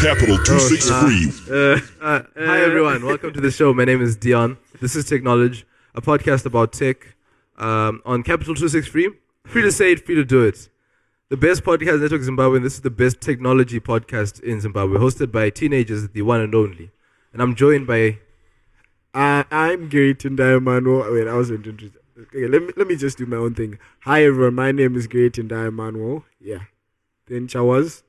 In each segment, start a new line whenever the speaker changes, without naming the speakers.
Capital 263.
Uh, hi everyone, welcome to the show. My name is Dion. This is Technology, a podcast about tech um, on Capital 263. Free to say it, free to do it. The best podcast network in Zimbabwe, and this is the best technology podcast in Zimbabwe, hosted by teenagers, the one and only. And I'm joined by
I, I'm Gary Tindaya Manuel. Wait, I was introduced. Okay, let me let me just do my own thing. Hi everyone, my name is Gary Tindaya Manuel. Yeah. Then Chawaz.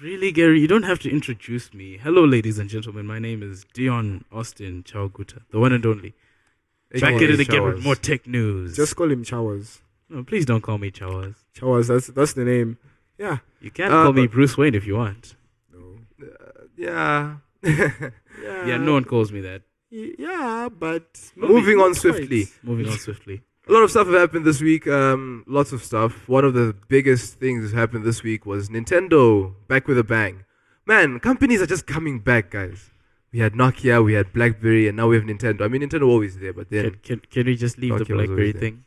Really, Gary, you don't have to introduce me. Hello, ladies and gentlemen. My name is Dion Austin Chauguta, the one and only. Back at it again with more tech news.
Just call him Chawaz.
no, please don't call me Chawas.
Chawaz, that's that's the name. Yeah.
You can
Uh,
call me
but-
Bruce Wayne if you want.
No.
uh, Yeah.
Yeah.
yeah, no one calls me that.
y- Yeah, but
Moving on
twice.
swiftly.
Moving on swiftly.
A lot of stuff have happened this week. Um, lots of stuff. One of the biggest things that happened this week was Nintendo back with a bang. Man, companies are just coming back, guys. We had Nokia, we had BlackBerry, and now we have Nintendo. I mean, Nintendo always there, but then
Can, can, can we just leave the
Okay, I was
BlackBerry
always there.
thing?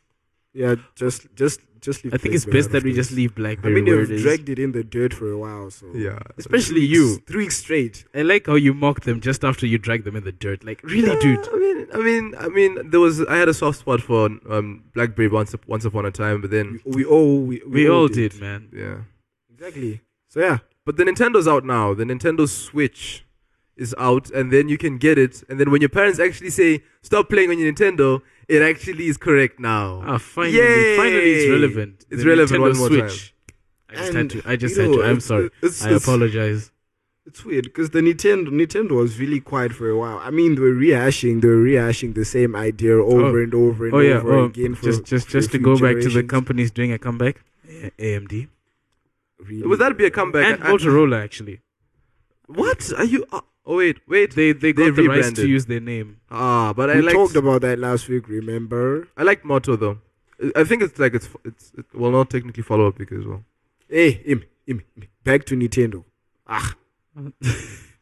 Yeah, just just just leave
I think it's
Blackberry
best
out
that
of
we
this.
just leave
I
BlackBerry
mean
where it
you've
is.
dragged it in the dirt for a while, so
yeah,
Especially
Three
you.
weeks- three weeks straight.
I like how you mock them just after you drag them in the dirt. Like, really,
Yeah,
dude?
I mean, I mean, I mean, there was I had a soft spot for um, BlackBerry once up- once upon a time, but
We,
then
we all we,
We all did, man.
yeah.
Exactly. So yeah.
But the Nintendo's out now. The Nintendo Switch is out, and then you can get it. And then when your parents actually say, "Stop playing on your Nintendo," it actually is correct now.
Ah, finally,
Yay!
finally, it's relevant.
It's relevant one more
I just
And,
had to. I just
you
had
know,
to. I'm
it's-
sorry.
it's-
I
it's-
apologize.
It's weird because the Nintendo Nintendo was really quiet for a while. I mean, they were rehashing, they were rehashing the same idea over
Oh.
and over and
Oh yeah.
over
Oh,
again. For,
just, just,
for a
just to
few
go back to the
generations.
companies doing a comeback. A- AMD
Really.
Would that be a comeback?
and
I- I-
Motorola actually.
what are you? Uh, oh wait, wait.
They they got
They
the rights to
rebranded.
use their name.
Ah, but I
We
like
talked about that last week. Remember?
I like Moto though. I- I think it's like it's it's it, well not technically follow up because well.
Hey, him, him, him. back to Nintendo. Ah,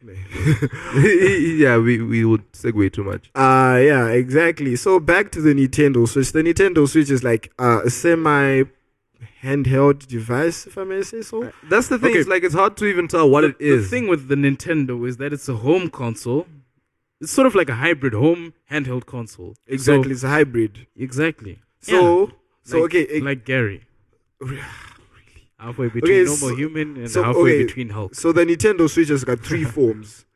yeah, we we would segue too much.
uh, yeah, exactly. So back to the Nintendo Switch. The Nintendo Switch is like uh, a semi handheld device, if I may say so.
Uh,
That's the thing.
Okay.
It's like it's hard to even tell what
the,
it is.
The thing with the Nintendo is that it's a home console. It's sort of like a hybrid home handheld console. So-
exactly, it's a hybrid.
exactly.
So, so
Like-
okay, it-
like Gary,
Really?
halfway between
Okay,
normal
so-
human and
so,
halfway
okay,
between Hulk.
So the Nintendo Switch has got three forms.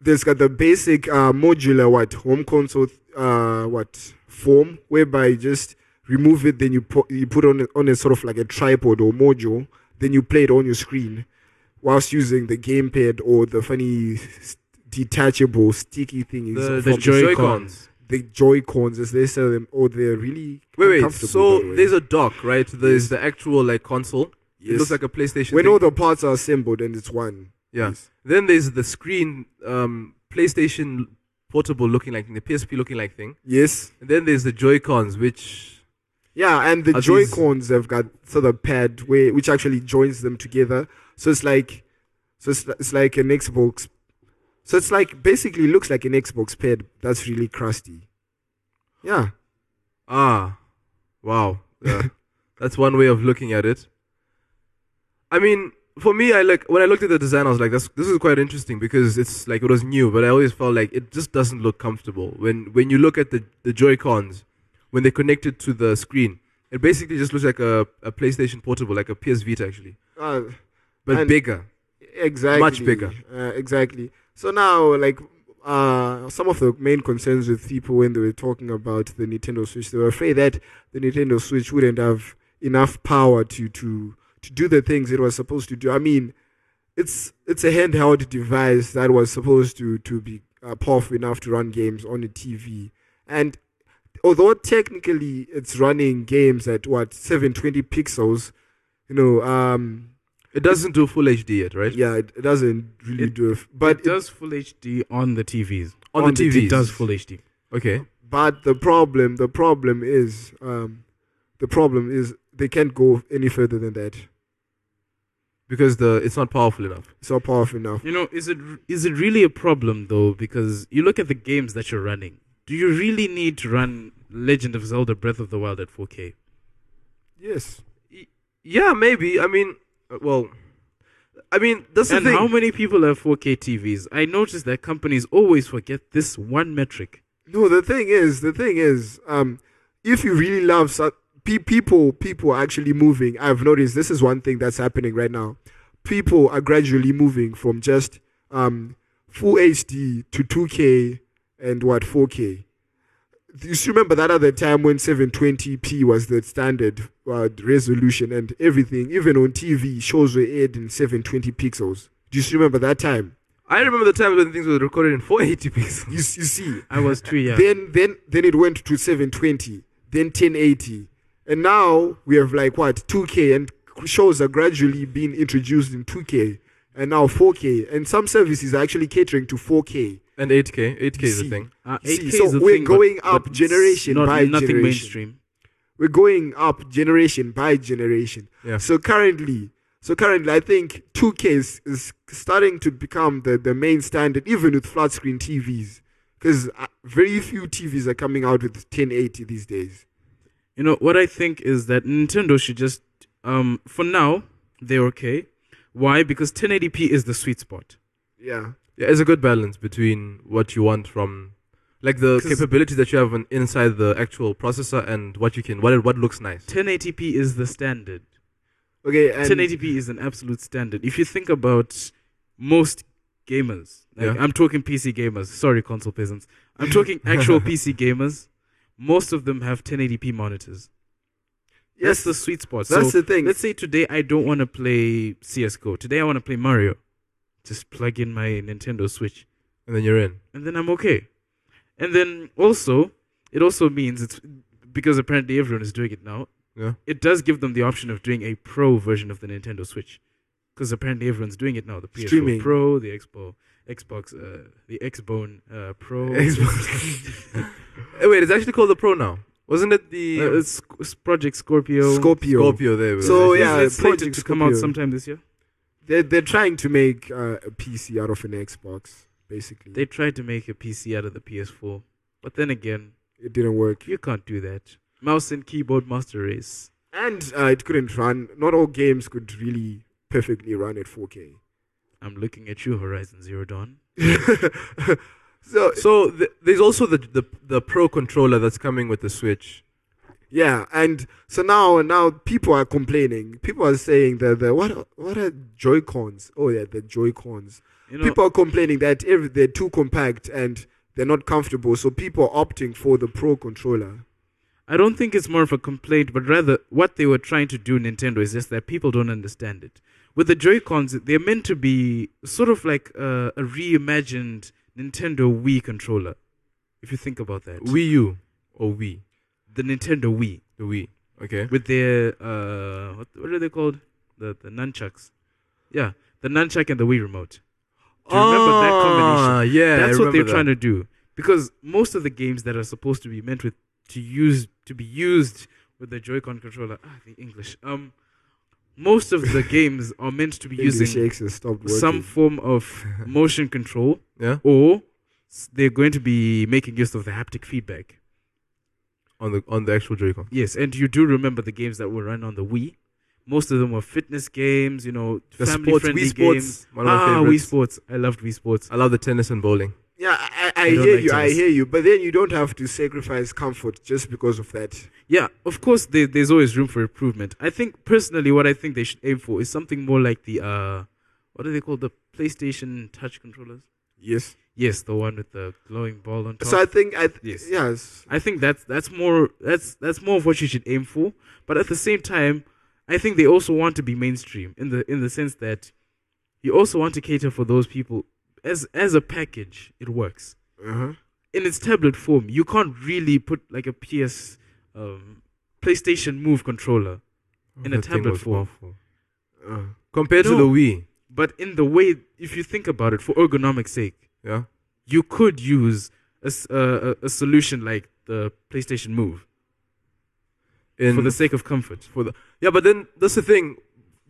There's got the basic uh, modular what home console uh, what form whereby you just remove it, then you put you put on a- on a sort of like a tripod or module, then you play it on your screen, whilst using the gamepad or the funny s- detachable sticky thing.
the,
is-
the
the
Joy
Joy-Cons.
Cons.
the Joy Cons as they sell them, or they're really
Wait, wait.
uncomfortable,
So
by the way.
there's a dock, right? There's the actual like console. It
Yes.
looks like a PlayStation.
when
thing.
all the parts are assembled and it's one.
yeah.
Yes.
Then there's the screen, um, PlayStation portable looking like thing, the PSP looking like thing.
Yes.
And then there's the Joy Cons, which
Yeah, and the
Are
Joy
these-
Cons have got sort of pad where which actually joins them together. So it's like, so it's, it's like an Xbox. So it's like basically looks like an Xbox pad that's really crusty. Yeah,
ah, wow, Yeah. that's one way of looking at it. I mean, for me, I like when I looked at the design, I was like, this this is quite interesting because it's like it was new, but I always felt like it just doesn't look comfortable when when you look at the the Joy Cons when they connect it to the screen. It basically just looks like a, a PlayStation portable, like a PS Vita actually,
uh,
but
And-
bigger.
exactly.
bigger.
Uh, exactly. So now, like, uh, some of the main concerns with people when they were talking about the Nintendo Switch, they were afraid that the Nintendo Switch wouldn't have enough power to to to do the things it was supposed to do. I mean, it's it's a handheld device that was supposed to to be uh, powerful enough to run games on a TV, and although technically it's running games at what 720 pixels, you know, um,
It doesn't do full HD yet, right?
yeah, it, it doesn't really
It-
do. A f- but
it does full HD on the TVs.
On,
on
the
the-
TV.
It does full HD.
Okay.
But the problem, the problem is, um, the problem is they can't go any further than that.
Because the it's not powerful enough.
It's not powerful enough.
You know, is it is it really a problem though? Because you look at the games that you're running. Do you really need to run Legend of Zelda: Breath of the Wild at 4K?
Yes.
Yeah, maybe. I mean, uh, well, I mean, that's
And
the thing.
how many people have 4K TVs? I noticed that companies always forget this one metric.
No, the thing is, the thing is, um, if you really love so- pe- people, people are actually moving. I've noticed this is one thing that's happening right now. People are gradually moving from just um, full HD to 2K and what 4K. You should remember that other time when 720p was the standard uh, resolution and everything, even on TV, shows were aired in 720 pixels. Do you still remember that time?
I remember the times when things were recorded in 480
You,
pixels.
s- you see,
I was too young.
then then then it went to 720 then 1080 and now we have like what 2k and shows are gradually being introduced in 2k and now 4k and some services are actually catering to 4k
And 8K. 8K is
See.
the thing.
Uh, 8K
See,
is
so
the
we're
thing, but-
going up
but
generation
not,
by
nothing
generation.
mainstream.
we're going up generation by generation
Yeah.
so currently so currently i think 2k is, is starting to become the, the main standard even with flat screen tvs because uh, very few tvs are coming out with 1080 these days
You know what I think is that Nintendo should just, um, for now, they're okay. Why? Because 1080p is the sweet spot.
yeah
Yeah, it's a good balance between what you want from, like the
'Cause-
capabilities that you have on, inside the actual processor and what you can, what it- what looks nice.
1080p is the standard.
Okay, and
1080p is an absolute standard. If you think about most gamers, like,
Yeah.
I'm talking PC gamers. Sorry, console peasants. I'm talking actual PC gamers. Most of them have 1080p monitors.
yes,
That's the sweet spot.
that's
so
the thing.
let's say today I don't want to play CS:GO. Today I want to play Mario. Just plug in my Nintendo Switch.
And then you're in.
and then I'm okay. And then also, it also means it's because apparently everyone is doing it now.
Yeah.
It does give them the option of doing a pro version of the Nintendo Switch, because apparently everyone's doing it now. The PS4
Streaming.
Pro, the Xbox, Xbox, uh, the Xbone uh, Pro.
Xbox. Eh, Wait, it's actually called the Pro now. Wasn't it the
Uh, it's it's Project Scorpio.
Scorpio.
Scorpio? There. we
So,
go.
It's-
yeah,
it's slated
Project
to come out
Scorpio.
sometime this year.
They're, they're trying to make uh, a PC out of an Xbox, basically.
They tried to make a PC out of the PS4, but then again,
it didn't work.
you can't do that. Mouse and keyboard master race.
And uh, it couldn't run. Not all games could really perfectly run at 4K.
I'm looking at you, Horizon Zero Dawn.
so,
So th- there's also the, the the Pro controller that's coming with the Switch.
yeah, and so now now people are complaining. People are saying that the, what, are- what are Joy-Cons? Oh, yeah, the Joy-Cons.
You know,
people are complaining that every, they're too compact and they're not comfortable, so people are opting for the Pro controller.
I don't think it's more of a complaint, but rather what they were trying to do, Nintendo, is just that people don't understand it. With the Joy Cons, they're meant to be sort of like a, a reimagined Nintendo Wii controller, if you think about that.
Wii U or Wii?
The Nintendo Wii,
The Wii. Okay.
with their, uh, what, what are they called? The, the nunchucks. Yeah, the nunchuck and the Wii remote. Do you remember that combination?
Ah, Yeah, I
that's what they're
remember
trying
that.
to do because most of the games that are supposed to be meant with to use to be used with the Joy-Con controller ah the English um most of the games are meant to be
English
using
accent stopped working.
some form of motion control
Yeah.
or s- they're going to be making use of the haptic feedback
On the on the actual Joy-Con.
yes and you do remember the games that were run on the Wii most of them were fitness games you know
The
family
sports,
friendly
Wii Sports,
games
one of my
ah Wii
favorites.
Sports I loved Wii Sports
I love the tennis and bowling.
Yeah, I, I, I
I don't
hear
like
you. I
tennis.
hear you. But then you don't have to sacrifice comfort just because of that.
Yeah, of course, there, there's always room for improvement. I think personally, what I think they should aim for is something more like the uh, what are they called? The PlayStation Touch controllers.
Yes.
Yes, the one with the glowing ball on top.
So I think I th-
Yes.
yes.
I think that's that's more that's that's more of what you should aim for. But at the same time, I think they also want to be mainstream in the in the sense that you also want to cater for those people as as a package. It works
Uh-huh.
in its tablet form. You can't really put like a PS um, PlayStation Move controller. In a
Oh, That thing
tablet
was
form.
awful.
Uh,
Compared to
No.
the Wii.
But in the way, if you think about it, for ergonomic sake,
Yeah.
you could use a, s- uh, a- a solution like the PlayStation Move
In
for the sake of comfort.
for the yeah, but then that's the thing.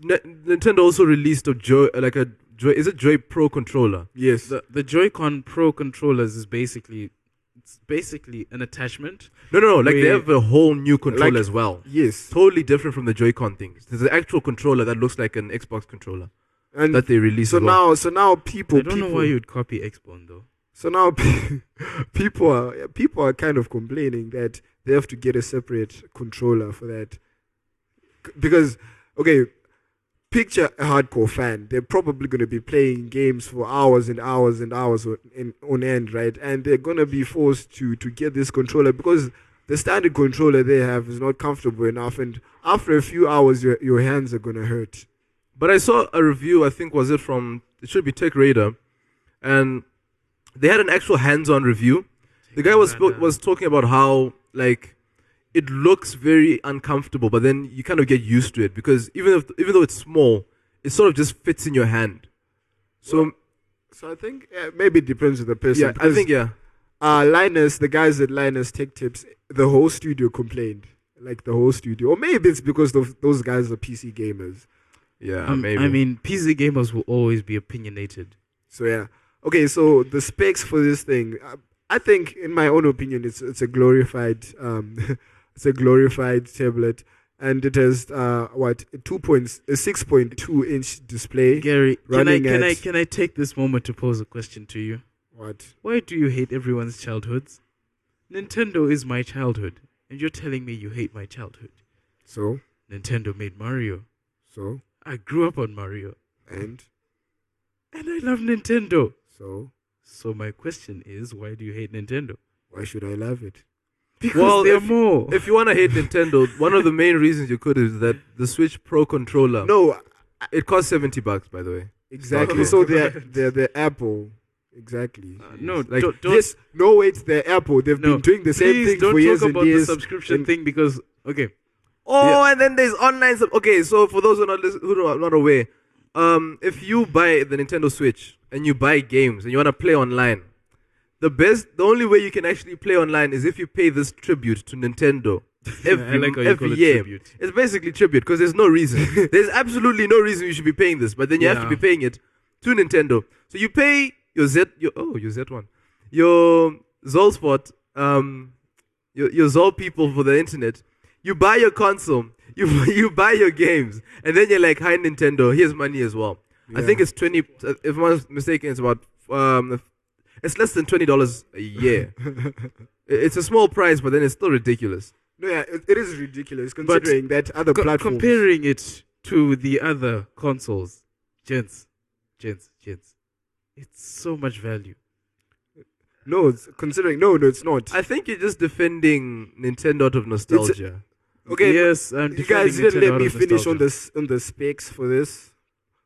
N- Nintendo also released a Joy like a Joy is it Joy Pro controller.
yes.
The, the Joy-Con Pro controllers is basically it's basically an attachment.
No, no, no. Like they
Wait.
have a whole new controller
Like-
as well.
yes.
Totally different from the Joy-Con things. There's an actual controller that looks like an Xbox controller.
And
that they released.
so
as well.
now, so now people,
I don't
people,
know why you'd copy Xbone though.
so now pe- people are people are kind of complaining that they have to get a separate controller for that C- because okay picture a hardcore fan they're probably going to be playing games for hours and hours and hours on, in, on end right and they're going to be forced to to get this controller because the standard controller they have is not comfortable enough and after a few hours your, your hands are going to hurt
But I saw a review. I think was it from it should be Tech Radar, and they had an actual hands-on review. The guy was spo-
Radar.
was talking about how like it looks very uncomfortable, but then you kind of get used to it because even if even though it's small, it sort of just fits in your hand. So
so i think uh, maybe it depends on the person
yeah, I
because-
think yeah.
uh, Linus, the guys at Linus Tech Tips, the whole studio complained. Like the whole studio. Or maybe it's because those, those guys are PC gamers.
Yeah,
Um,
Ah, maybe.
I mean, PC gamers will always be opinionated.
So, yeah. Okay, so the specs for this thing, uh, I think, in my own opinion, it's it's a glorified um, it's a glorified tablet, and it has uh, what a two points a six point two inch display.
Gary, can I
Running
can I
at-
can I take this moment to pose a question to you?
What?
Why do you hate everyone's childhoods? Nintendo is my childhood, and you're telling me you hate my childhood.
So
Nintendo made Mario.
so
I grew up on Mario,
and
and I love Nintendo.
so
So my question is, why do you hate Nintendo?
why should I love it?
Because
Well,
they're
if-
more.
if you want to hate Nintendo, one of the main reasons you could is that the Switch Pro controller.
No,
it costs seventy bucks, by the way.
exactly.
Okay.
So they're they're the Apple. Exactly.
Uh, no,
Like,
don't, don't,
yes, no, wait, the Apple. They've
no,
been doing the same
please
thing
don't
for years
talk
and
about
years.
the subscription
and-
thing because okay,
Oh, and then there's online. Sub- okay, so for those who are not listen- who are not aware, um, if you buy the Nintendo Switch and you buy games and you want to play online, the best, the only way you can actually play online is if you pay this tribute to Nintendo every,
like how you
every
call it
year.
tribute.
It's basically tribute because there's no reason. there's absolutely no reason you should be paying this, but then you have to
Yeah.
be paying it to Nintendo. So you pay your Z, your oh your Z one, your Zolspot, um, your your Zol people for the internet. You buy your console, you you buy your games, and then you're like, "Hi Nintendo, here's money as well." I
Yeah.
think it's twenty. uh, If I'm not mistaken, it's about um, it's less than twenty dollars a year. It- it's a small price, but then it's still ridiculous.
no, yeah, it, it is ridiculous considering that other
Co-
platforms.
comparing it to the other consoles, gents, gents, gents, it's so much value.
no, it's- considering no, no, it's not.
I think you're just defending Nintendo out of nostalgia.
okay,
yes, I'm
you guys
defending
didn't
Nintendo
let
out
me
of
finish on
nostalgia.
this on the specs for this.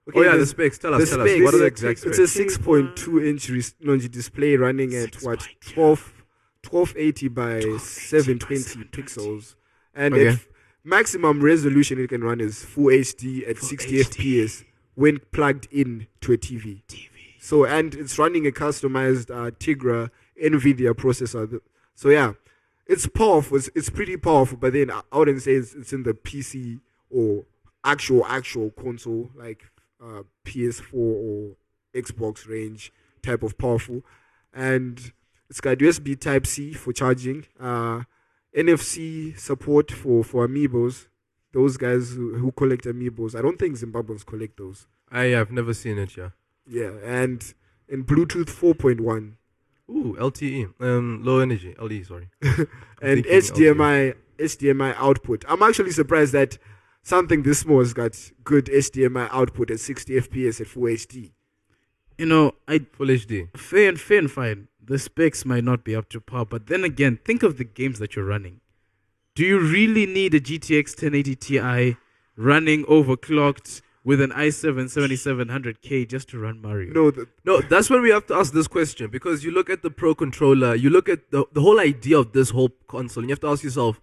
Okay,
oh yeah, the
this-
specs. Tell
the
us, tell us. What are the exact
It's
specs?
a 6.2 inch res- no, display running at what 12, 1280 by 720 pixels, and
Okay.
at f- maximum resolution it can run is full HD at 60 FPS when plugged in to a TV. So and it's running a customized uh, Tigra NVIDIA processor. Th- So yeah, it's powerful. It's, it's pretty powerful, but then I I wouldn't say it's, it's in the PC or actual actual console like uh, PS4 or Xbox range type of powerful. And it's got USB Type C for charging, uh, NFC support for for amiibos. Those guys who, who collect amiibos, I don't think Zimbabweans collect those.
I have never seen it. Yeah.
Yeah, and and Bluetooth 4.1
Ooh, LTE. Um, low energy. LE. Sorry. I'm
and
thinking
HDMI HDMI output. I'm actually surprised that something this small has got good HDMI output at 60 FPS at full HD.
You know, I
Full HD.
fair and fair and fine. The specs might not be up to par, but then again, think of the games that you're running. Do you really need a GTX 1080 Ti running overclocked with an i7 7700K just to run Mario?
No, the,
No, that's when we have to ask this question because you look at the Pro Controller, you look at the, the whole idea of this whole console, and you have to ask yourself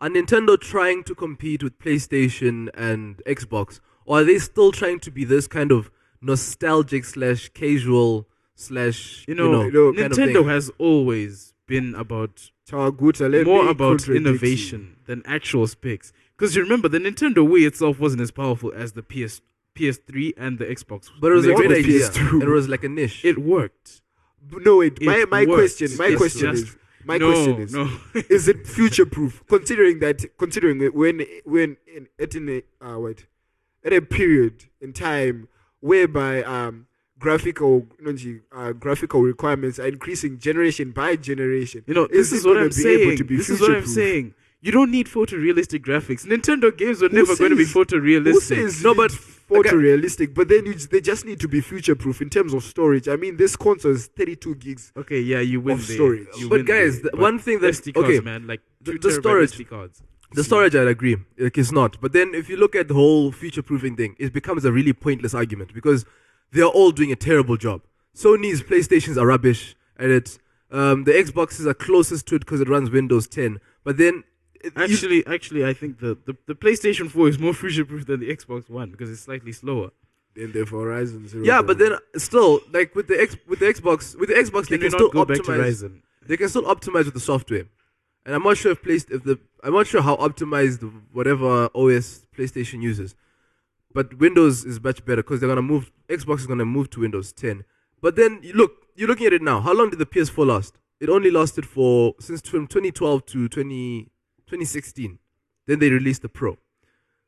are Nintendo trying to compete with PlayStation and Xbox? Or are they still trying to be this kind of nostalgic slash casual slash,
you know,
you
you know,
kind of
Nintendo
thing?
has always been about
Chaguta, let
more
me
about
contradict
innovation than actual specs. Because you remember, the Nintendo Wii itself wasn't as powerful as the PS PS3 and the Xbox.
But it was a
They
great
want
idea.
PS2.
It was like a niche.
It worked.
you. No, wait. My
It
my
works.
question, my
It's
question
just-
is, my
no,
question is,
no.
is it future proof? Considering that, considering that when when in, at in a, uh, what, at a period in time whereby um, graphical no, gee, uh, graphical requirements are increasing generation by generation.
You know, this
it
is what
gonna
I'm
be able
saying.
to be
This is what I'm
future-proof?
saying. You don't need photorealistic graphics. Nintendo games were never going to be
says-
photorealistic.
Who says
No, but-
it's photorealistic, but then you, j- they just need to be future proof in terms of storage. I mean, this console is 32 gigs.
okay, yeah, you win
Of
there.
storage.
You
But
win
guys,
there,
the one thing that-
SD cards,
okay,
man, like
the-
two
the
terabyte
storage-
SD cards.
The storage, I'd agree, like, is not. But then if you look at the whole future proofing thing, it becomes a really pointless argument because they're all doing a terrible job. Sony's PlayStations are rubbish at it. Um, the Xboxes are closest to it because it runs Windows 10. But then. it- you-
Actually, actually, I think the, the, the PlayStation 4 is more future-proof than the Xbox One because it's slightly slower.
Then the Horizon Zero.
yeah, but
Dawn.
then still, like with the X, with the Xbox, with the Xbox,
Can
they
we
can still
not go back to
optimize.
Ryzen?
they can still optimize with the software. And I'm not sure if placed if the I'm not sure how optimized whatever OS PlayStation uses. But Windows is much better because they're gonna move Xbox is gonna move to Windows 10. But then you look you're looking at it now. How long did the PS4 last? It only lasted for since tw- from 2012 to 20, 2016. Then they released the Pro.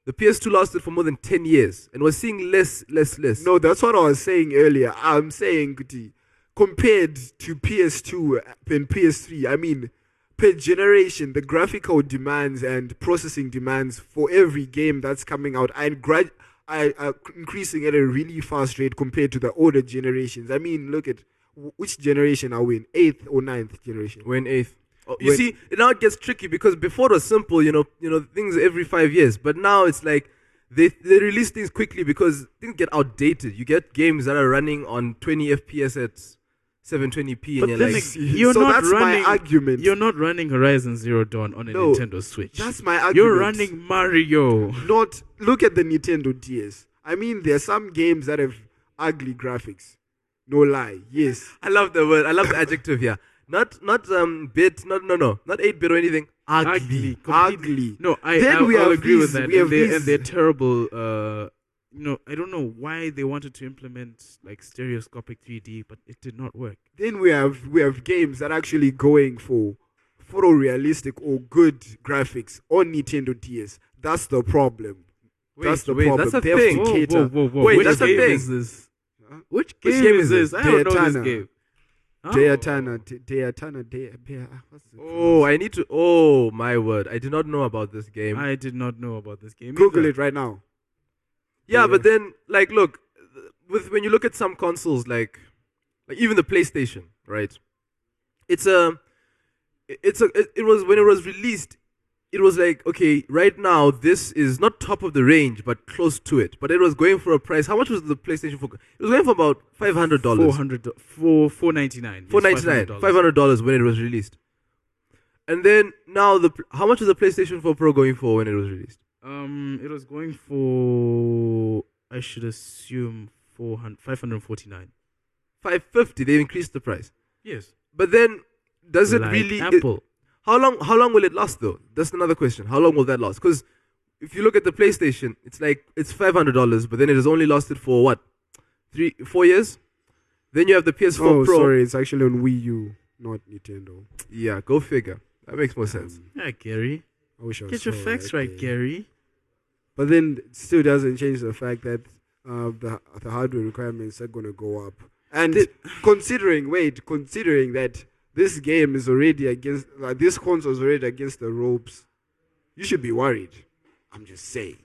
The PS2 lasted for more than 10 years and we're seeing less, less, less.
No, that's what I was saying earlier. I'm saying, Kuti, compared to PS2 and PS3, I mean, per generation, the graphical demands and processing demands for every game that's coming out are, grad- are, are increasing at a really fast rate compared to the older generations. I mean, look at wh- which generation are we in? Eighth or ninth generation?
We're in eighth. Oh, you
Wait.
see, now it gets tricky because before it was simple, you know, you know, things every five years. But now it's like they they release things quickly because things get outdated. You get games that are running on 20 FPS at 720p,
But
and you're
then
like,
ag- you're
so
not
that's
running.
my argument.
You're not running Horizon Zero Dawn on a
No,
Nintendo Switch.
that's my argument.
You're running Mario.
not look at the Nintendo DS. I mean, there are some games that have ugly graphics. No lie. Yes.
I love the word, I love the adjective here. Not not um bit, not no no, not eight bit or anything.
Ugly.
Ugly.
Completely.
Ugly.
No, I,
Then
I,
we
I'll
have
agree with
these-
that.
we
and,
have
they, and
these-
they're terrible. Uh, you know, I don't know why they wanted to implement like stereoscopic 3D, but it did not work.
Then we have we have games that are actually going for photorealistic or good graphics on Nintendo DS. That's the problem. that's the
wait,
problem.
that's a
They have
thing.
to cater.
Wait,
Which
that's the
game
thing.
is this? Which game,
Which game
is
is it?
this? I don't know this
Daytona.
game. Oh.
Dayatana, Dayatana, Dayatana.
Oh, I need to. Oh my word! I did not know about this game.
I did not know about this game.
Google
either.
it right now.
Yeah,
Yeah.
but then like look, th- with when you look at some consoles like like even the PlayStation, right? It's a it's a it, it was when it was released, it was like okay, right now this is not top of the range but close to it. But it was going for a price. How much was the PlayStation for? It was going for about five hundred
Four
dollars.
hundred, four four ninety nine.
Four ninety nine, five hundred dollars when it was released. And then now the pl- how much was the PlayStation 4 Pro going for when it was released?
Um, it was going for I should assume 400, 549.
Five fifty. They increased the price.
Yes.
But then, does it
Like
really? it-
Apple?
how long? How long will it last though? That's another question. How long will that last? Because if you look at the PlayStation, it's like it's five hundred dollars, but then it has only lasted for what, three, four years. Then you have the PS4
Oh,
Pro.
sorry, it's actually on Wii U, not Nintendo.
Yeah, go figure. That makes more sense.
yeah, Gary.
I wish I was
Get your
so
facts right,
there.
Gary.
But then it still doesn't change the fact that uh, the the hardware requirements are going to go up. And
The-
considering, wait, considering that this game is already against, like this console is already against the ropes, you should be worried. I'm just saying.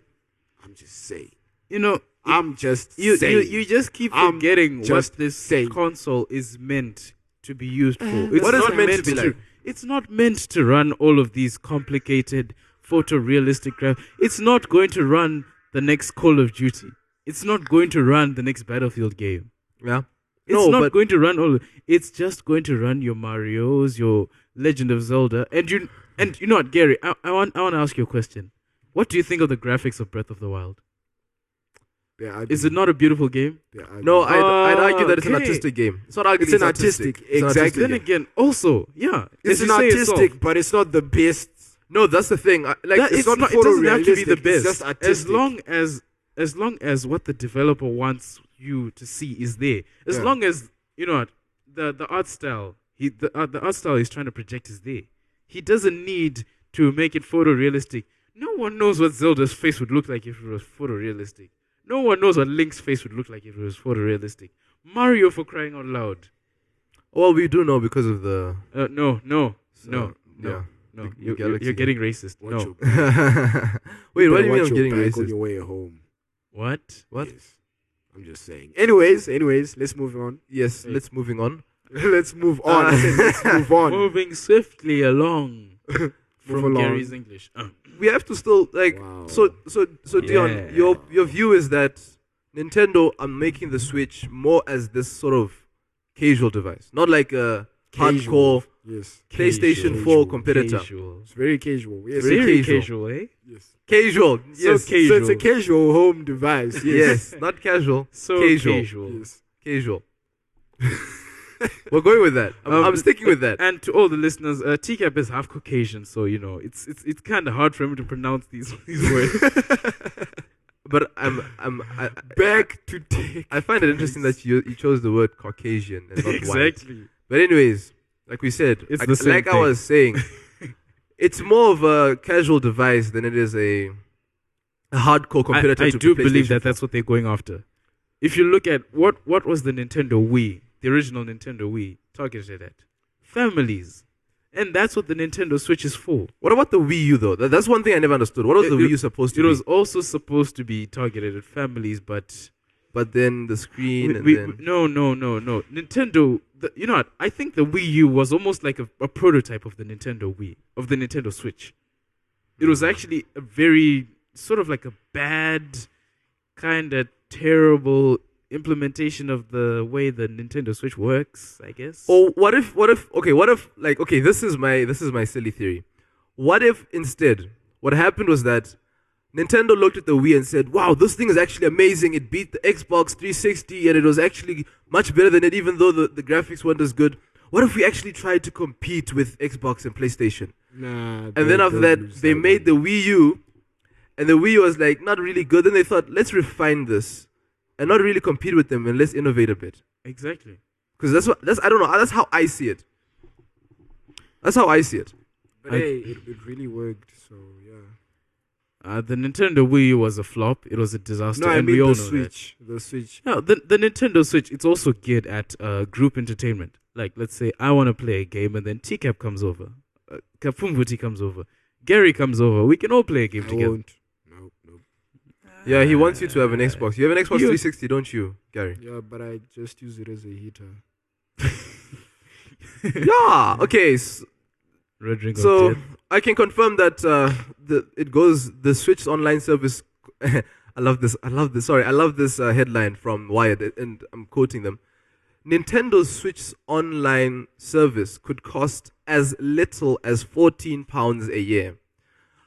I'm just saying.
You know,
I'm just
you
saying.
you, you just keep
I'm
forgetting
just
what this
saying.
console is meant to be used for.
Uh,
It's
What is
not
it meant to be like?
It's not meant to run all of these complicated photorealistic graph. It's not going to run the next Call of Duty. It's not going to run the next Battlefield game.
Yeah.
It's
no,
not
but
going to run all. It's just going to run your Mario's, your Legend of Zelda, and you and you know what, Gary? I, I want I want to ask you a question. What do you think of the graphics of Breath of the Wild?
They're ugly.
Is it not a beautiful game?
They're ugly.
no, I'd, I'd
Ah,
argue that it's an
okay.
artistic game. It's not ugly.
It's an artistic,
It's an
exactly.
Then
Yeah.
again, also, yeah,
it's an
as you say yourself,
artistic, but it's not the best.
No, that's the thing. I, like
that-
it's
it's
not
not- it doesn't have to be the
photorealistic, it's
best.
just
as
artistic.
long as as long as what the developer wants you to see is there. As
Yeah.
long as you know what the the art style he the uh, the art style he's trying to project is there. He doesn't need to make it photorealistic. No one knows what Zelda's face would look like if it was photorealistic. No one knows what Link's face would look like if it was photorealistic. Mario for crying out loud.
Well, we do know because of the.
Uh, no, no,
So,
no, no,
yeah.
no.
The- the
You,
galaxy
are getting racist.
Watch
no.
your-
Wait, what do you mean
better watch
I'm
your
getting
back on
racist?
your way home.
What?
What?
Yes. I'm just saying. Anyways, anyways, let's move on.
Yes,
Hey.
let's moving on.
let's move on.
Uh,
I said let's move on.
Moving swiftly along from
along.
Gary's English. Uh,
We have to still like
Wow.
so so so
Yeah.
Dion, your your view is that Nintendo are making the Switch more as this sort of casual device, not like a
Casual.
hardcore
Yes.
PlayStation
Casual.
4 competitor.
Casual.
It's very casual. Yes.
Very
Very
casual.
casual, eh?
yes.
Casual.
So
yes.
casual.
So it's a casual home device. Yes.
Yes, not casual.
So
Casual.
casual.
yes.
Casual. We're going with that. I'm,
Um,
I'm sticking with that.
And to all the listeners, uh, TCAP is half Caucasian, so you know it's it's it's kind of hard for him to pronounce these these words.
But I'm I'm I, I-
Back to tech.
I find it interesting that you you chose the word Caucasian and not white.
exactly.
But anyways, like we said,
It's
like,
the same
like I
thing.
was saying, it's more of a casual device than it is a, a hardcore competitor.
I, I
to
do
PlayStation.
believe that that's what they're going after. If you look at what what was the Nintendo Wii, the original Nintendo Wii targeted at families, and that's what the Nintendo Switch is for.
What about the Wii U though? That, that's one thing I never understood. What was
It-
the
it-
Wii U supposed to
It was
be?
also supposed to be targeted at families, but
But then the screen
we-
and
we-
then
we- no, no, no, no. Nintendo, the, you know what? I think the Wii U was almost like a, a prototype of the Nintendo Wii, of the Nintendo Switch. It was
Mm.
actually a very sort of like a bad, kind of terrible implementation of the way the Nintendo Switch works, I guess.
Oh.
Or what if what if okay, what if like okay, this is my this is my silly theory. What if instead what happened was that Nintendo looked at the Wii and said, "Wow, this thing is actually amazing. It beat the Xbox 360 and it was actually much better than it even though the, the graphics weren't as good." What if we actually tried to compete with Xbox and PlayStation?
Nah.
And then after that, they made the Wii U and the Wii U was like not really good. Then they thought, "Let's refine this and not really compete with them and let's innovate a bit."
exactly.
Because that's what that's I don't know. That's how I see it. That's how I see it.
But
I-
hey, it, it really worked. So yeah.
Uh, the Nintendo Wii U was a flop. It was a disaster.
No, I
and we
mean
all
the
know that.
Switch. The Switch.
No, the the Nintendo Switch it's also geared at uh, group entertainment. Like, let's say I want to play a game, and then TCAP comes over, uh, Kapumvuti comes over, Gary comes over. We can all play a game
I
together.
won't. No, no.
Yeah, he wants you to have an Xbox. You have an Xbox
You-
360, don't you, Gary?
Yeah, but I just use it as a heater.
yeah. Okay. s-
Red Ring
So
of Death.
I can confirm that uh, the it goes the Switch online service. I love this. I love this. Sorry, I love this uh, headline from Wired, a- and I'm quoting them. Nintendo Switch's online service could cost as little as 14 pounds a year.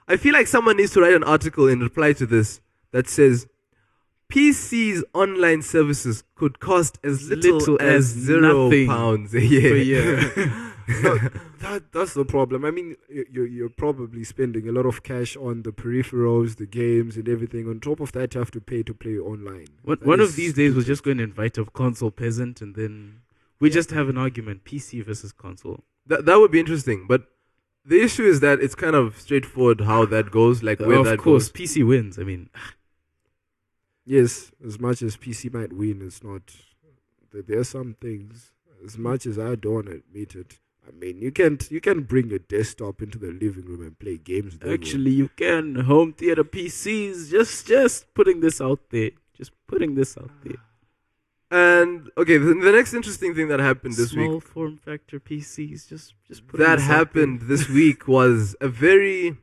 I feel like someone needs to write an article in reply to this that says PC's online services could cost as little,
Little
as,
as
zero
nothing
pounds a year.
But yeah,
No, that that's the problem. I mean, you- you you're probably spending a lot of cash on the peripherals, the games, and everything. On top of that, you have to pay to play online.
one,
That
one
is
of these days we're just going to invite a console peasant, and then we just have an argument: PC versus console.
That that would be interesting, but the issue is that it's kind of straightforward how that goes, like where
Well,
that
of course,
goes.
PC wins. I mean,
Yes, as much as PC might win, it's not. There there are some things. As much as I don't admit it, I mean, you can't you can bring a desktop into the living room and play games. there, bro.
Actually, you can home theater PCs. Just, just putting this out there. Just putting this out there.
And okay, the, the next interesting thing that happened this
Small
week
form factor PCs. Just, just putting
that
this out
happened this week was a very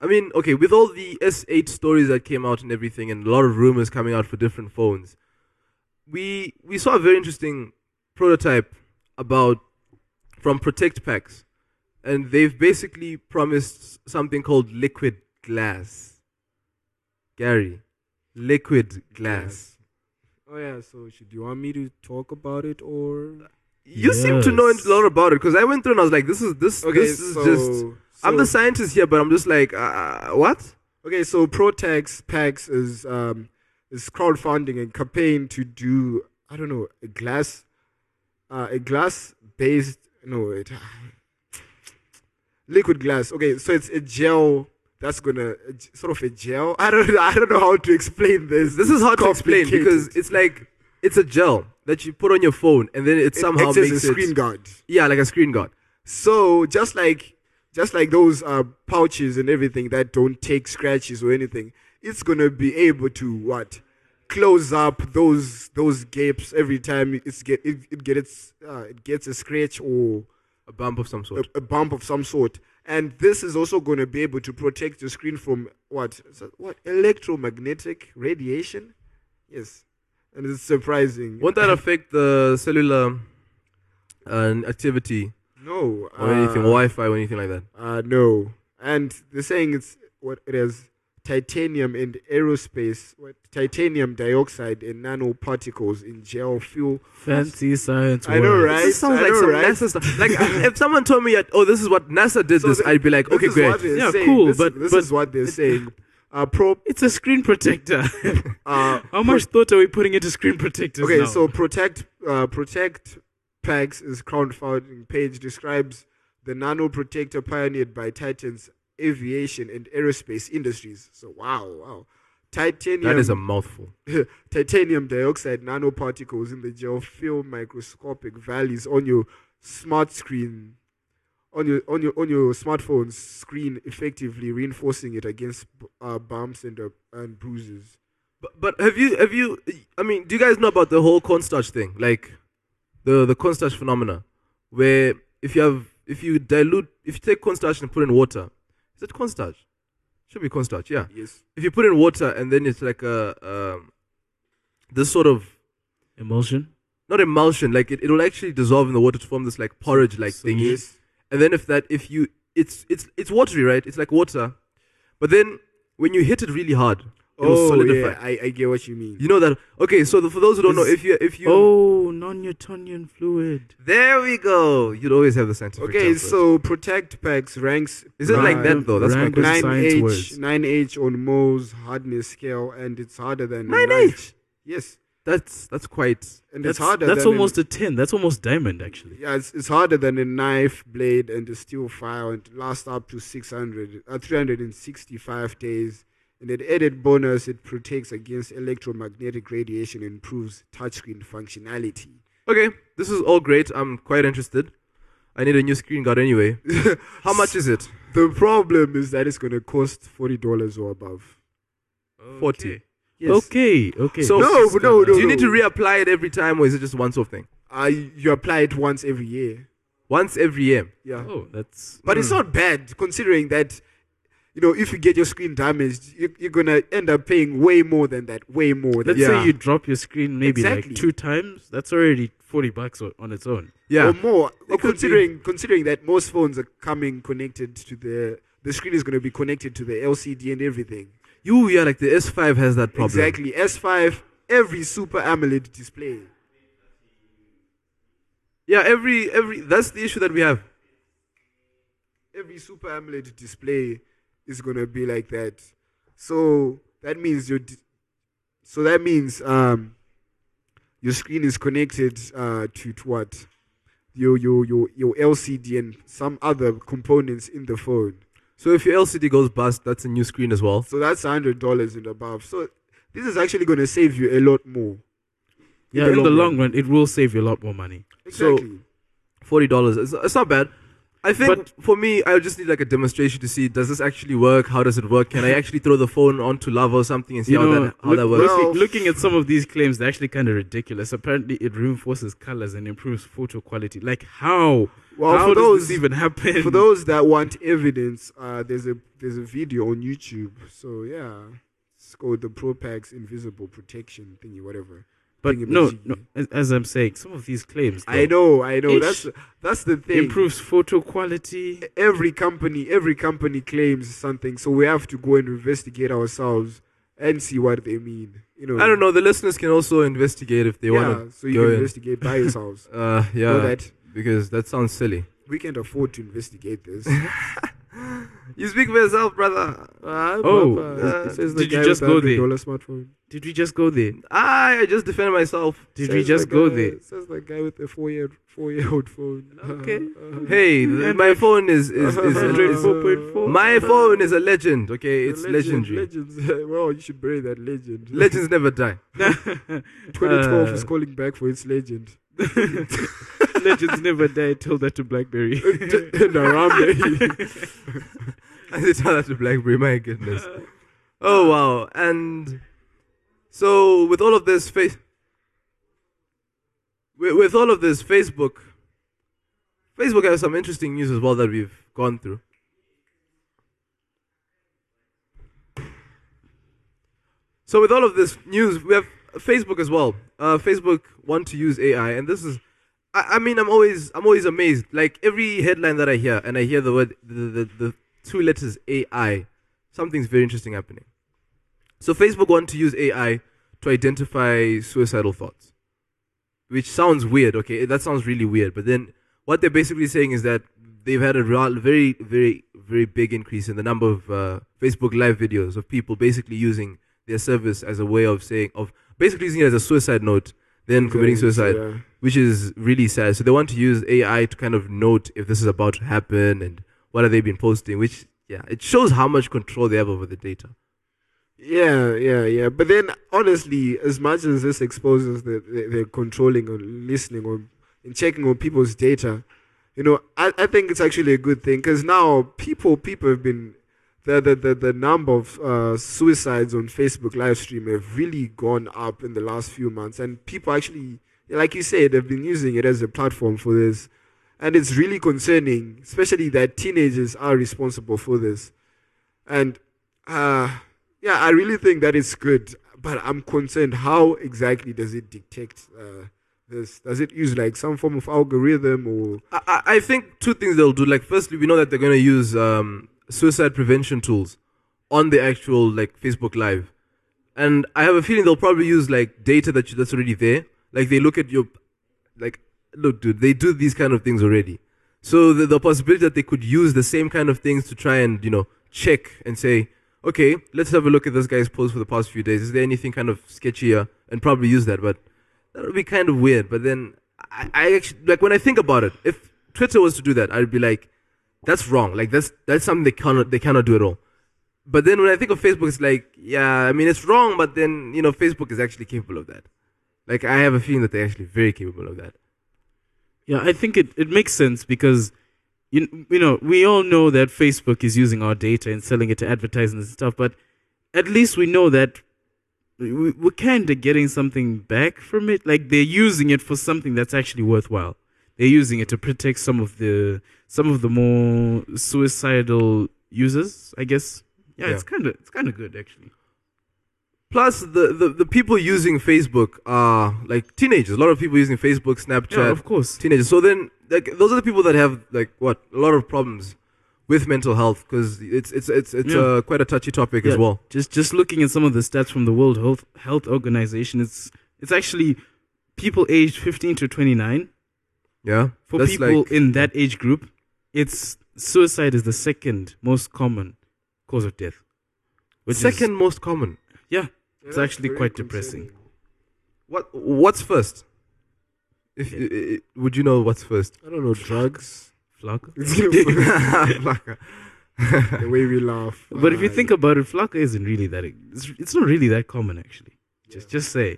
I mean, okay, with all the S8 stories that came out and everything and a lot of rumors coming out for different phones, we we saw a very interesting prototype about from Protect Packs. And they've basically promised something called liquid glass. Gary, liquid glass.
oh yeah. So, should you want me to talk about it or?
You seem to know a
Yes.
lot about it because I went through and I was like, this is this this is just I'm the
so-
scientist here, but I'm just like, uh, what?
Okay, so Protex Pax is um is crowdfunding and campaign to do I don't know a glass, uh, a glass based no it liquid glass. Okay, so it's a gel that's gonna uh, j- sort of a gel. I don't I don't know how to explain this.
This is hard to explain because it's like it's a gel that you put on your phone and then it somehow
it's
makes
a screen
it
guard.
yeah like a screen guard.
So just like just like those uh, pouches and everything that don't take scratches or anything, it's gonna be able to what close up those those gaps every time it's get it, it gets uh, it gets a scratch or
A bump of some
a,
sort.
a bump of some sort. And this is also going to be able to protect your screen from what Is that- what electromagnetic radiation. Yes, and it's surprising.
Won't that affect the cellular uh, activity
No,
or anything,
uh,
Wi-Fi or anything like that?
Uh, no. And they're saying it's what it has titanium and aerospace, what, titanium dioxide and nanoparticles in gel fuel.
Fancy science.
I know,
world.
right?
This sounds
I
like
know,
some
right?
NASA stuff. Like if someone told me, "Oh, this is what NASA did,"
So
this,
the-
I'd be like,
this
"Okay,
is what
great."
they're
Yeah,
saying.
cool,
This,
but-
this
but-
is what they're saying. Uh, pro,
It's a screen protector.
uh,
How much thought are we putting into screen protectors?
Okay,
now?
so protect uh, protect packs is crowdfunding page describes the nano protector pioneered by Titan's aviation and aerospace industries. So wow, wow, titanium
That is a mouthful.
titanium dioxide nanoparticles in the gel film microscopic valleys on your smart screen on your on your on your smartphone's screen effectively reinforcing it against uh, bumps and uh, and bruises
But, but have you have you? I mean, do you guys know about the whole cornstarch thing, like the the cornstarch phenomena, where if you have if you dilute if you take cornstarch and put in water, is it cornstarch? Should be cornstarch, yeah.
yes
If you put in water and then it's like a um, this sort of
emulsion.
not emulsion, like it, it'll actually dissolve in the water to form this like porridge like
So
thing.
yes
And then if that if you it's it's it's watery, right? It's like water. But then when you hit it really hard, it'll
oh
solidify.
yeah I, I get what you mean
You know that okay, so the, for those who don't know,
This-
if you if you
Oh, non-Newtonian fluid.
there we go. You'd always have the scientific.
Okay,
term for it.
so Protect Packs ranks.
Is it like that though? Oh, That's my
Rank
question.
is-
9H,
Science words.
9H on Mohs hardness scale, and it's harder than. a
9H?
knife. Yes,
That's that's quite
and
That's
it's harder
That's
than.
almost a ten. That's almost diamond, actually.
An, yeah, it's, it's harder than a knife, blade, and a steel file, and it lasts up to 600, uh, 365 days. And an added bonus, it protects against electromagnetic radiation and improves touchscreen functionality.
okay. This is all great. I'm quite interested. I need a new screen guard anyway. How much is it?
The problem is that it's going to cost $40 or above.
40.
Okay. Okay.
So
No, no, no,
Do you need to
no.
reapply it every time, or is it just once off thing?
Uh, you apply it once every year.
Once every year.
Yeah.
Oh, that's.
But it's not bad considering that, you know, if you get your screen damaged, you, you're gonna end up paying way more than that. Way more. Than
Let's
Yeah.
say you drop your screen maybe
Exactly.
like two times. That's already forty bucks o- on its own.
Yeah.
Or more.
could be.
considering considering that most phones are coming connected to the the screen is gonna be connected to the LCD and everything.
You yeah, like the S5 has that problem.
Exactly. S5, every Super AMOLED display.
Yeah, every every that's the issue that we have.
every Super AMOLED display is gonna be like that. So that means your, d- so that means um, your screen is connected uh, to, to what, your your your your LCD and some other components in the phone.
So if your LCD goes bust, that's a new screen as well.
So that's hundred dollars and above. So this is actually gonna save you a lot more.
Yeah. In the long run, it will save you a lot more money.
So-
Exactly.
Forty dollars. It's, it's not bad. I think
But-
for me, I just need like a demonstration to see does this actually work? How does it work? Can I actually throw the phone onto lava or something and see
You
how
know,
that how
look-
that works?
well-
looking, looking at some of these claims, they're actually kind of ridiculous. Apparently, it reinforces colors and improves photo quality. Like how?
Well,
how
for
does
those
this even happen?
for those that want evidence, uh, there's a there's a video on YouTube. So yeah, it's called the Propax Invisible Protection thingy, whatever.
but
thingy
no,
majiggy.
no. As, as I'm saying, some of these claims.
I
though,
know, I know.
Ish.
That's that's the thing. E,
improves photo quality.
Every company, every company claims something, so we have to go and investigate ourselves and see what they mean. You know,
I don't know. The listeners can also investigate if they
yeah,
want
so you
go
can
in.
investigate by yourselves.
to. Uh, yeah,
Know that
because that sounds silly.
we can't afford to investigate this.
You speak for yourself, brother.
Ah,
Oh,
Papa,
uh,
it says
did you just go there?
$100 smartphone.
Did we just go there?
I, I just defended myself.
Did
Says
we just
the
go
guy-
there?
Says the guy with the four year four year old phone.
Okay.
Uh,
Hey, th- my phone is is, is,
Android
is-
phone.
my phone is a legend. Okay, it's
legend-
legendary.
Legends. well, you should bury that legend.
Legends never die.
2012
Uh,
is calling back for its legend.
Legends never die. Tell that to BlackBerry.
Narambe.
I did tell that to BlackBerry. My goodness. Oh wow! And so with all of this face, with, with all of this Facebook, Facebook has some interesting news as well that we've gone through. So with all of this news, we have Facebook as well. Uh, Facebook want to use AI, and this is, I, I mean, I'm always, I'm always amazed. Like every headline that I hear, and I hear the word, the, the, the two letters AI, something's very interesting happening. So Facebook want to use AI to identify suicidal thoughts, which sounds weird. Okay, that sounds really weird. But then what they're basically saying is that they've had a ra- very, very, very big increase in the number of uh, Facebook live videos of people basically using their service as a way of saying of basically using it as a suicide note, then committing suicide
Yeah.
which is really sad. So they want to use AI to kind of note if this is about to happen and what have they been posting, which yeah, it shows how much control they have over the data.
Yeah, yeah, yeah. But then, honestly, as much as this exposes the, the, the controlling or listening or and checking on people's data, you know, I, I think it's actually a good thing because now people people have been the the the, the number of uh, suicides on Facebook live stream have really gone up in the last few months, and people actually, like you said, have been using it as a platform for this, and it's really concerning, especially that teenagers are responsible for this, and. Uh, yeah, I really think that it's good, but I'm concerned how exactly does it detect uh, this? Does it use like some form of algorithm or
I, I I think two things they'll do. Like, firstly, we know that they're going to use um, suicide prevention tools on the actual like Facebook Live, and I have a feeling they'll probably use like data that you, that's already there. Like they look at your, like, look, dude, they do these kind of things already. So the, the possibility that they could use the same kind of things to try and you know check and say, okay, let's have a look at this guy's post for the past few days. Is there anything kind of sketchy here? And probably use that, but that would be kind of weird. But then I, I actually like when I think about it, if Twitter was to do that, I'd be like, that's wrong. Like that's that's something they cannot they cannot do at all. But then when I think of Facebook, it's like, yeah, I mean it's wrong, but then you know Facebook is actually capable of that. Like I have a feeling that they're actually very capable of that.
Yeah, I think it, it makes sense because you, you know, we all know that Facebook is using our data and selling it to advertising and stuff, but at least we know that we, we're kind of getting something back from it. Like they're using it for something that's actually worthwhile. They're using it to protect some of the some of the more suicidal users, I guess. Yeah,
Yeah.
it's kind of it's kind of good actually.
Plus, the, the, the people using Facebook are like teenagers. A lot of people using Facebook, Snapchat,
Yeah, of course.
teenagers. So then, like, those are the people that have like what a lot of problems with mental health because it's it's it's it's
Yeah.
uh, quite a touchy topic as
Yeah,
well.
Just just looking at some of the stats from the World Health Health Organization, it's it's actually people aged 15 to 29.
Yeah,
For
That's
people
like-
in that age group, it's suicide is the second most common cause of death. Which is-
second most common.
yeah, it's
Yeah,
actually
very
quite depressing.
concerning.
What what's first? If i- i- would you know what's first?
I don't know drugs.
Flaka.
the
Blacker.
way we laugh.
But if you
uh,
think about it, Flaka isn't really that. e, It's, it's not really that common actually. Just just say,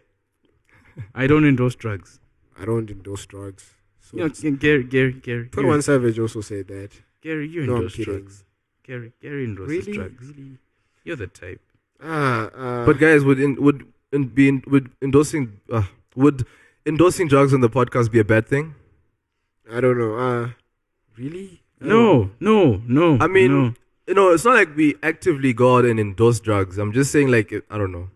I don't endorse drugs.
I don't endorse drugs. So
You know, Gary, Gary, Gary,
Twenty One Savage also said that.
Gary, you
No, I'm
endorse
kidding.
drugs. Gary, Gary endorses
Really,
drugs.
really.
You're the type.
Ah, uh,
But guys, would in, would in, be in, would endorsing uh, would endorsing drugs on the podcast be a bad thing?
I don't know. Uh, really? I don't-
No, no, no.
I mean,
no.
you know, it's not like we actively go out and endorse drugs. I'm just saying, like, I don't know,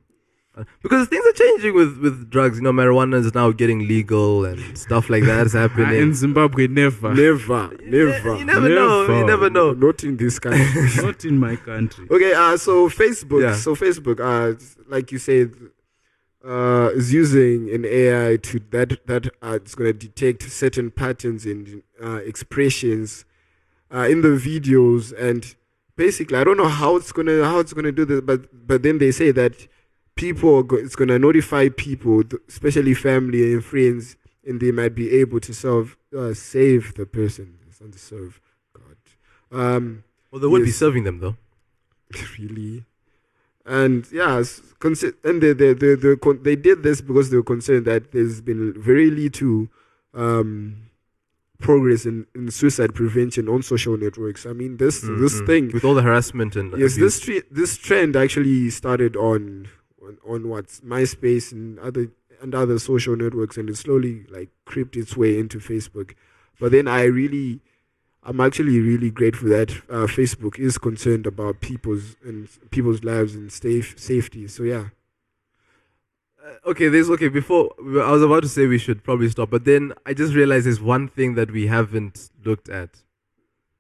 Uh, because things are changing with with drugs. You know, marijuana is now getting legal and stuff like that is
Ah, in
happening.
Zimbabwe, never.
never, never.
You never know. You
Never.
never know.
Not in this country.
Not in my country.
Okay, uh, so Facebook,
Yeah.
so Facebook, uh, like you said, uh, is using an AI to that that uh, it's going to detect certain patterns and uh, expressions uh, in the videos, and basically i don't know how it's gonna how it's gonna do this but but then they say that people are go, it's gonna notify people th- especially family and friends and they might be able to solve uh, save the person it's not to serve god um
Well, they would be
Yes.
serving them though.
really and yeah s- consi- and they they, they, they, con- they did this because they were concerned that there's been very little um progress in, in suicide prevention on social networks i mean this this
Mm-mm.
thing
with all the harassment and
yes,
abuse.
this tre- this trend actually started on on, on what MySpace and other and other social networks, and it slowly like crept its way into Facebook. But then I really, I'm actually really grateful that uh, Facebook is concerned about people's and people's lives and safe safety. So yeah,
Uh, okay, there's okay. Before I was about to say we should probably stop, but then I just realized there's one thing that we haven't looked at: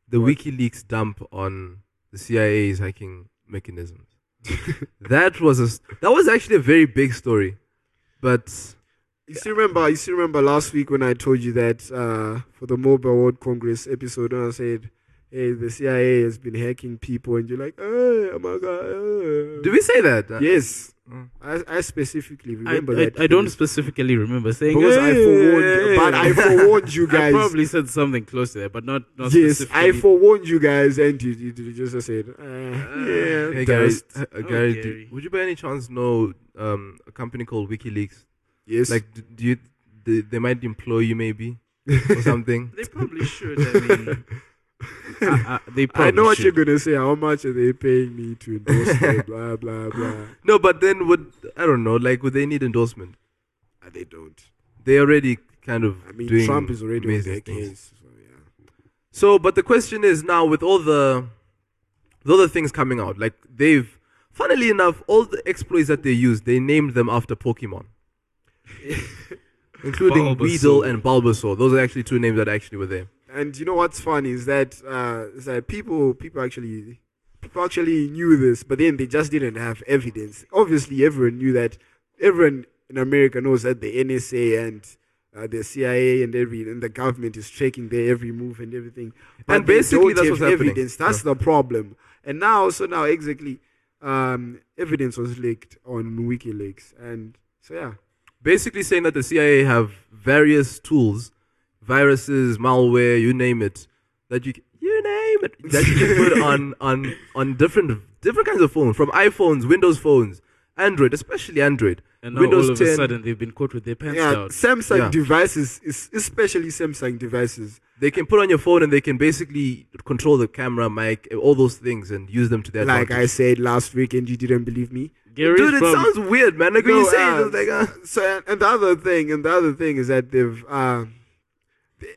the
What?
WikiLeaks dump on the CIA's hacking mechanisms. that was a s- that was actually a very big story, but
you still remember? You still remember last week when I told you that uh, for the Mobile World Congress episode, and I said. Hey, the CIA has been hacking people, and you're like, oh my god. uh."
did we say that? Uh,
Yes.
Mm.
I, I specifically
I,
remember
I-
that.
I don't
because-
specifically remember saying
because I
"Hey."
forewarned but I forewarned you
I
guys.
probably said something close to that, but not, not
yes,
specifically.
I forewarned you guys and you, you, you just said uh, yeah.
Hey Gary,
dust.
uh,
Oh,
Gary, do-
Gary.
would you by any chance know um, a company called WikiLeaks?
Yes.
Like, do, do you they, they might employ you maybe or something?
They probably should. I mean, I, I, they probably
I know what
should.
you're gonna say. How much are they paying me to endorse? them, blah blah blah.
No, but then would I don't know? Like, would they need endorsement?
And Ah, they don't.
They already kind of.
I mean,
doing
Trump is already on
amazing
their
things.
case. So yeah.
So, but the question is now with all the, with all the things coming out, like they've, funnily enough, all the exploits that they used, they named them after Pokemon, including
Bulbasaur.
Weedle and Bulbasaur. Those are actually two names that actually were there.
And you know what's funny is that uh, is that people people actually people actually knew this, but then they just didn't have evidence. Obviously, everyone knew that. Everyone in America knows that the NSA and uh, the CIA and every and the government is tracking their every move and everything. But
And
they
basically
don't
that's
have
what's happening.
evidence. That's the problem. And now, so now exactly, um, evidence was leaked on WikiLeaks, and so yeah.
Basically, saying that the CIA have various tools, viruses, malware, you name it, that you c- you name it that you can put on on on different different kinds of phones, from iPhones, Windows phones, Android, especially Android,
And now
Windows
all of a sudden they've been caught with their pants
Yeah,
down.
Samsung
Yeah.
devices, is especially Samsung devices,
They can put on your phone and they can basically control the camera, mic, all those things, and use them to their
like I
advantage.
said last week, and you didn't believe me.
Gary's
Dude, it
probably-
sounds weird, man. Like when you
No,
say it,
uh,
it's like, uh,
So, and, and the other thing, and the other thing is that they've, uh,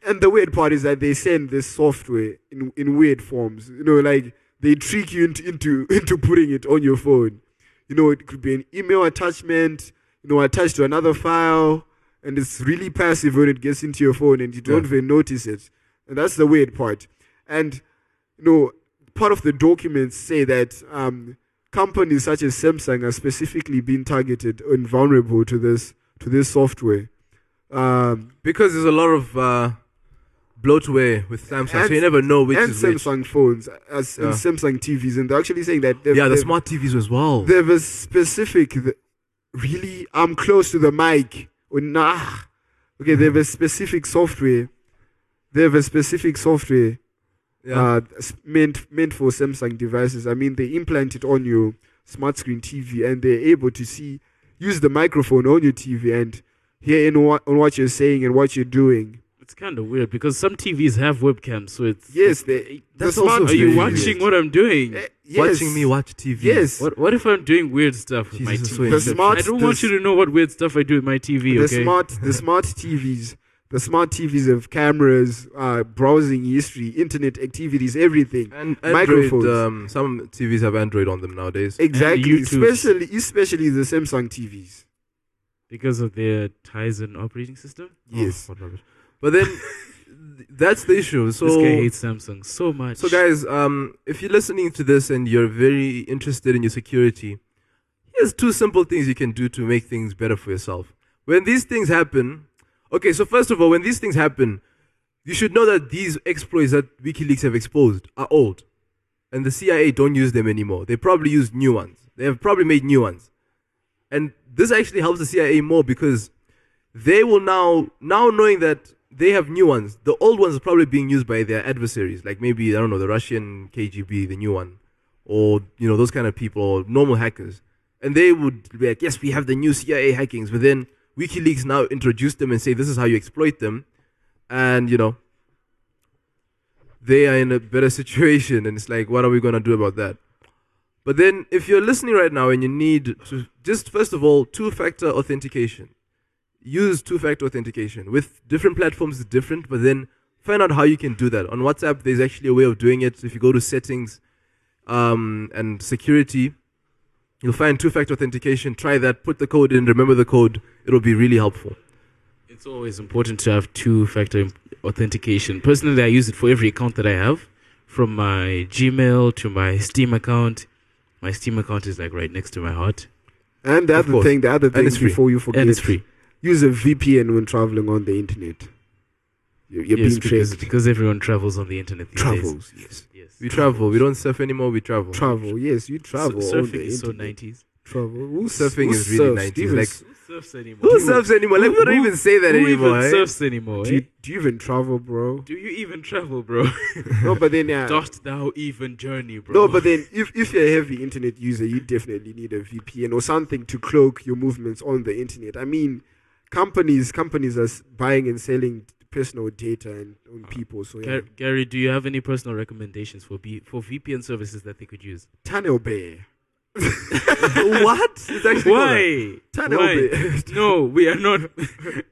and the weird part is that they send this software in in weird forms. You know, like they trick you into into, into putting it on your phone. You know, it could be an email attachment. You know, attached to another file, and it's really passive when it gets into your phone, and you don't
Yeah.
even notice it. And that's the weird part. And you know, part of the documents say that um, companies such as Samsung are specifically being targeted and vulnerable to this to this software. Um,
because there's a lot of uh, bloatware with Samsung, so
And-
you never know which
and
is which.
Samsung phones as
Yeah.
and Samsung TVs, and they're actually saying that they've,
yeah, the
they've-
smart TVs as well.
they have a specific. th- Really, I'm close to the mic. Or nah. Okay, they have a specific software. They have a specific software
yeah.
uh, s- meant meant for Samsung devices. I mean, they implant it on your smart screen TV, and they're able to see use the microphone on your TV and hear in what, on what you're saying and what you're doing.
It's kind of weird because some TVs have webcams, so it's
Yes, they, the
That's
smart.
also
Are you
Very
watching
weird.
what I'm doing?
Eh, yes.
watching me watch TV.
Yes.
What What if I'm doing weird stuff with my
Jesus,
TV?
so
The
Except-
smart.
I don't
the
want you to know what weird stuff I do with my TV.
the
okay.
smart the smart TVs the smart TVs have cameras, uh, browsing history, internet activities, everything.
And Android,
Microphones.
um, some TVs have Android on them nowadays.
Exactly,
YouTubes.
especially especially the Samsung TVs.
because of their Tizen operating system.
Yes,
Oh, what rubbish. But then th- that's the issue. So
this guy hates Samsung so much.
So, guys, um, if you're listening to this and you're very interested in your security, here's two simple things you can do to make things better for yourself. When these things happen, okay, so first of all, when these things happen, you should know that these exploits that WikiLeaks have exposed are old. and the CIA don't use them anymore. They probably use new ones. They have probably made new ones, and this actually helps the CIA more because they will now now knowing that they have new ones. The old ones are probably being used by their adversaries, like maybe I don't know the Russian KGB, the new one, or you know those kind of people, or normal hackers. And they would be like, yes, we have the new CIA hackings, but then WikiLeaks now introduced them and say this is how you exploit them, and you know they are in a better situation, and it's like, what are we gonna do about that? But then, if you're listening right now and you need to just first of all two-factor authentication, use two-factor authentication with different platforms is different but then find out how you can do that on whatsapp there's actually a way of doing it if you go to settings um, and security you'll find two-factor authentication try that put the code in remember the code it'll be really helpful
It's always important to have two-factor authentication. Personally, I use it for every account that I have, from my Gmail to my Steam account. My Steam account is like right next to my heart,
And the
Of
other
course.
thing, the other thing
it's free.
before you forget,
and it's free.
use a VPN when traveling on the internet. You're, you're
Yes,
being
because,
tracked.
because everyone travels on the internet. These Days.
Travels, yes.
Yes.
we travel we don't surf anymore we travel
Travel, yes, you travel.
Sur-
on
surfing
the
is so
internet.
nineties.
Travel. Who s-
Surfing
who
is really
surfs?
90s,
Do you even
like-
s-
Surfs anymore?
who surfs anymore like we don't
who-
even say that
Who
anymore
even
eh?
surfs anymore?
do, you,
eh?
do you even travel, bro?
Do you even travel, bro?
no, but then yeah.
Dost thou even journey, bro?
No, but then if, if you're a heavy internet user, you definitely need a VPN or something to cloak your movements on the internet. I mean, companies companies are s- buying and selling personal data and on people. So yeah,
Gar- Gary, do you have any personal recommendations for B- for VPN services that they could use?
Tunnel Bear.
what it's actually called that.
Why?
Tunnel
Why?
Bear.
No, we are not.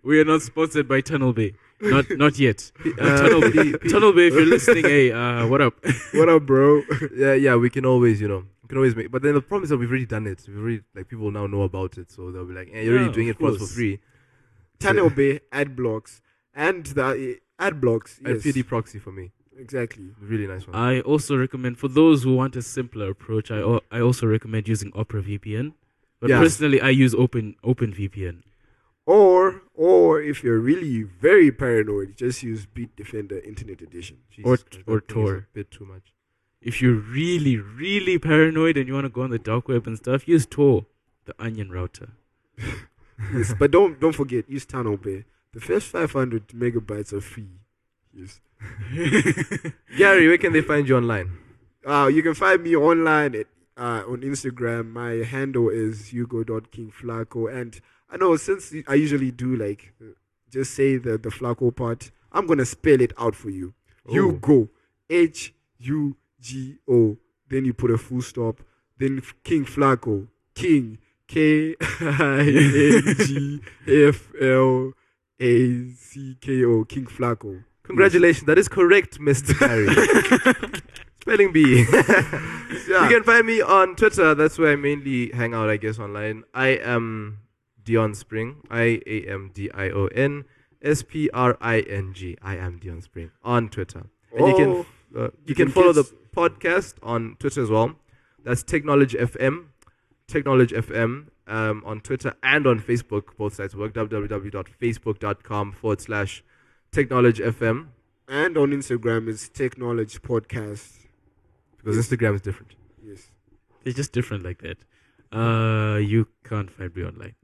we are not sponsored by Tunnel Bay. Not not yet. Uh, Tunnel, Bay, Tunnel Bay, if you're listening, hey, uh, what up?
what up, bro?
yeah, yeah, we can always, you know, we can always make. But then the problem is that we've already done it. We've already like people now know about it, so they'll be like, eh, "You're
Yeah,
already doing
of
it for us for
course.
free."
Tunnel Bear ad blocks and the uh, ad blocks.
And
Yes,
PD proxy for me,
exactly.
really nice one.
I also recommend for those who want a simpler approach. I al- I also recommend using Opera VPN. But
Yeah.
personally, I use Open Open VPN.
Or or if you're really very paranoid, just use Beat Defender Internet Edition.
Jesus
or-
Christ,
or
that thing is
Tor.
a bit too much.
If you're really really paranoid and you want to go on the dark web and stuff, use Tor, the Onion router.
yes, but don't don't forget use Tunnel Bear. The first 500 megabytes are free. Yes.
Gary, where can they find you online?
Uh, you can find me online at, uh, on Instagram. My handle is hugo.kingflaco. And I know since I usually do like uh, just say the, the Flaco part, I'm going to spell it out for you.
Oh,
Hugo. H U G O. Then you put a full stop. Then f- King Flaco. King. K I N G F L A C K O. King Flaco.
Congratulations, that is correct, Mr. Gary. Spelling bee.
Yeah.
You can find me on Twitter. That's where I mainly hang out, I guess, online. I am Dion Spring. I A M D I O N S P R I N G. I am Dion Spring on Twitter. And you can
Oh,
uh, you,
you
can,
can
follow
kiss-
the podcast on Twitter as well. That's Technology FM, Technology FM um, on Twitter and on Facebook. Both sites work. www.facebook.com forward slash Technology FM
and on Instagram is Technology Podcast.
because Instagram is different.
Yes.
They're just different like that. Uh, you can't find me online.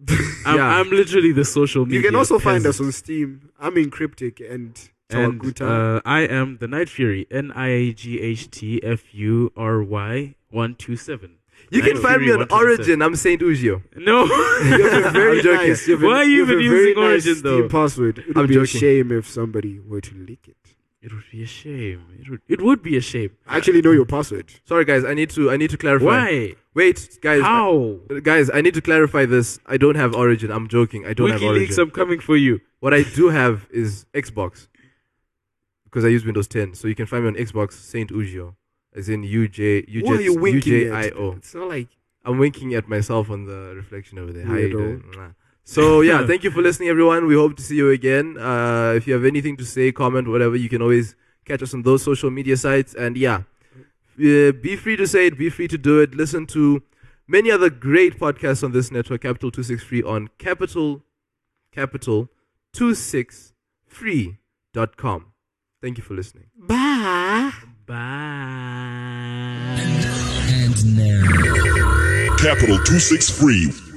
I'm,
Yeah.
I'm literally the social media.
you can also find us
peasant.
on Steam. I'm in Cryptic and
And
Tawakuta.
uh, I am the Night Fury. N i g h t f u r y one two seven.
You can
Night
find me
Fury
on
127.
Origin. I'm Saint Ugio.
No,
you have a very
I'm joking.
nice. You have a-
Why are you
have a
even
very
using
nice
Origin, though?
Steam password. It would
I'm
be a
joking.
shame if somebody were to leak it.
it would be a shame. It would, it would be a shame.
I actually know your password.
Sorry, guys. I need to. I need to clarify.
Why?
Wait, guys.
How?
I- guys, I need to clarify this. I don't have Origin. I'm joking. I don't have Origin.
WikiLeaks, I'm coming for you.
What I do have is Xbox because I use Windows 10. So you can find me on Xbox Saint Ugio, as in U J U
Why are
J
you
U
winking
J
at?
I O.
It's not like
I'm winking at myself on the reflection over there. How you
Weirdo.
doing? Mwah. So yeah, thank you for listening, everyone. We hope to see you again. Uh, if you have anything to say, comment, whatever, you can always catch us on those social media sites. And yeah, uh, be free to say it, be free to do it. Listen to many other great podcasts on this network, Capital Two Six Free on Capital Capital Two Six Free dot com. Thank you for listening.
Bye.
Capital 263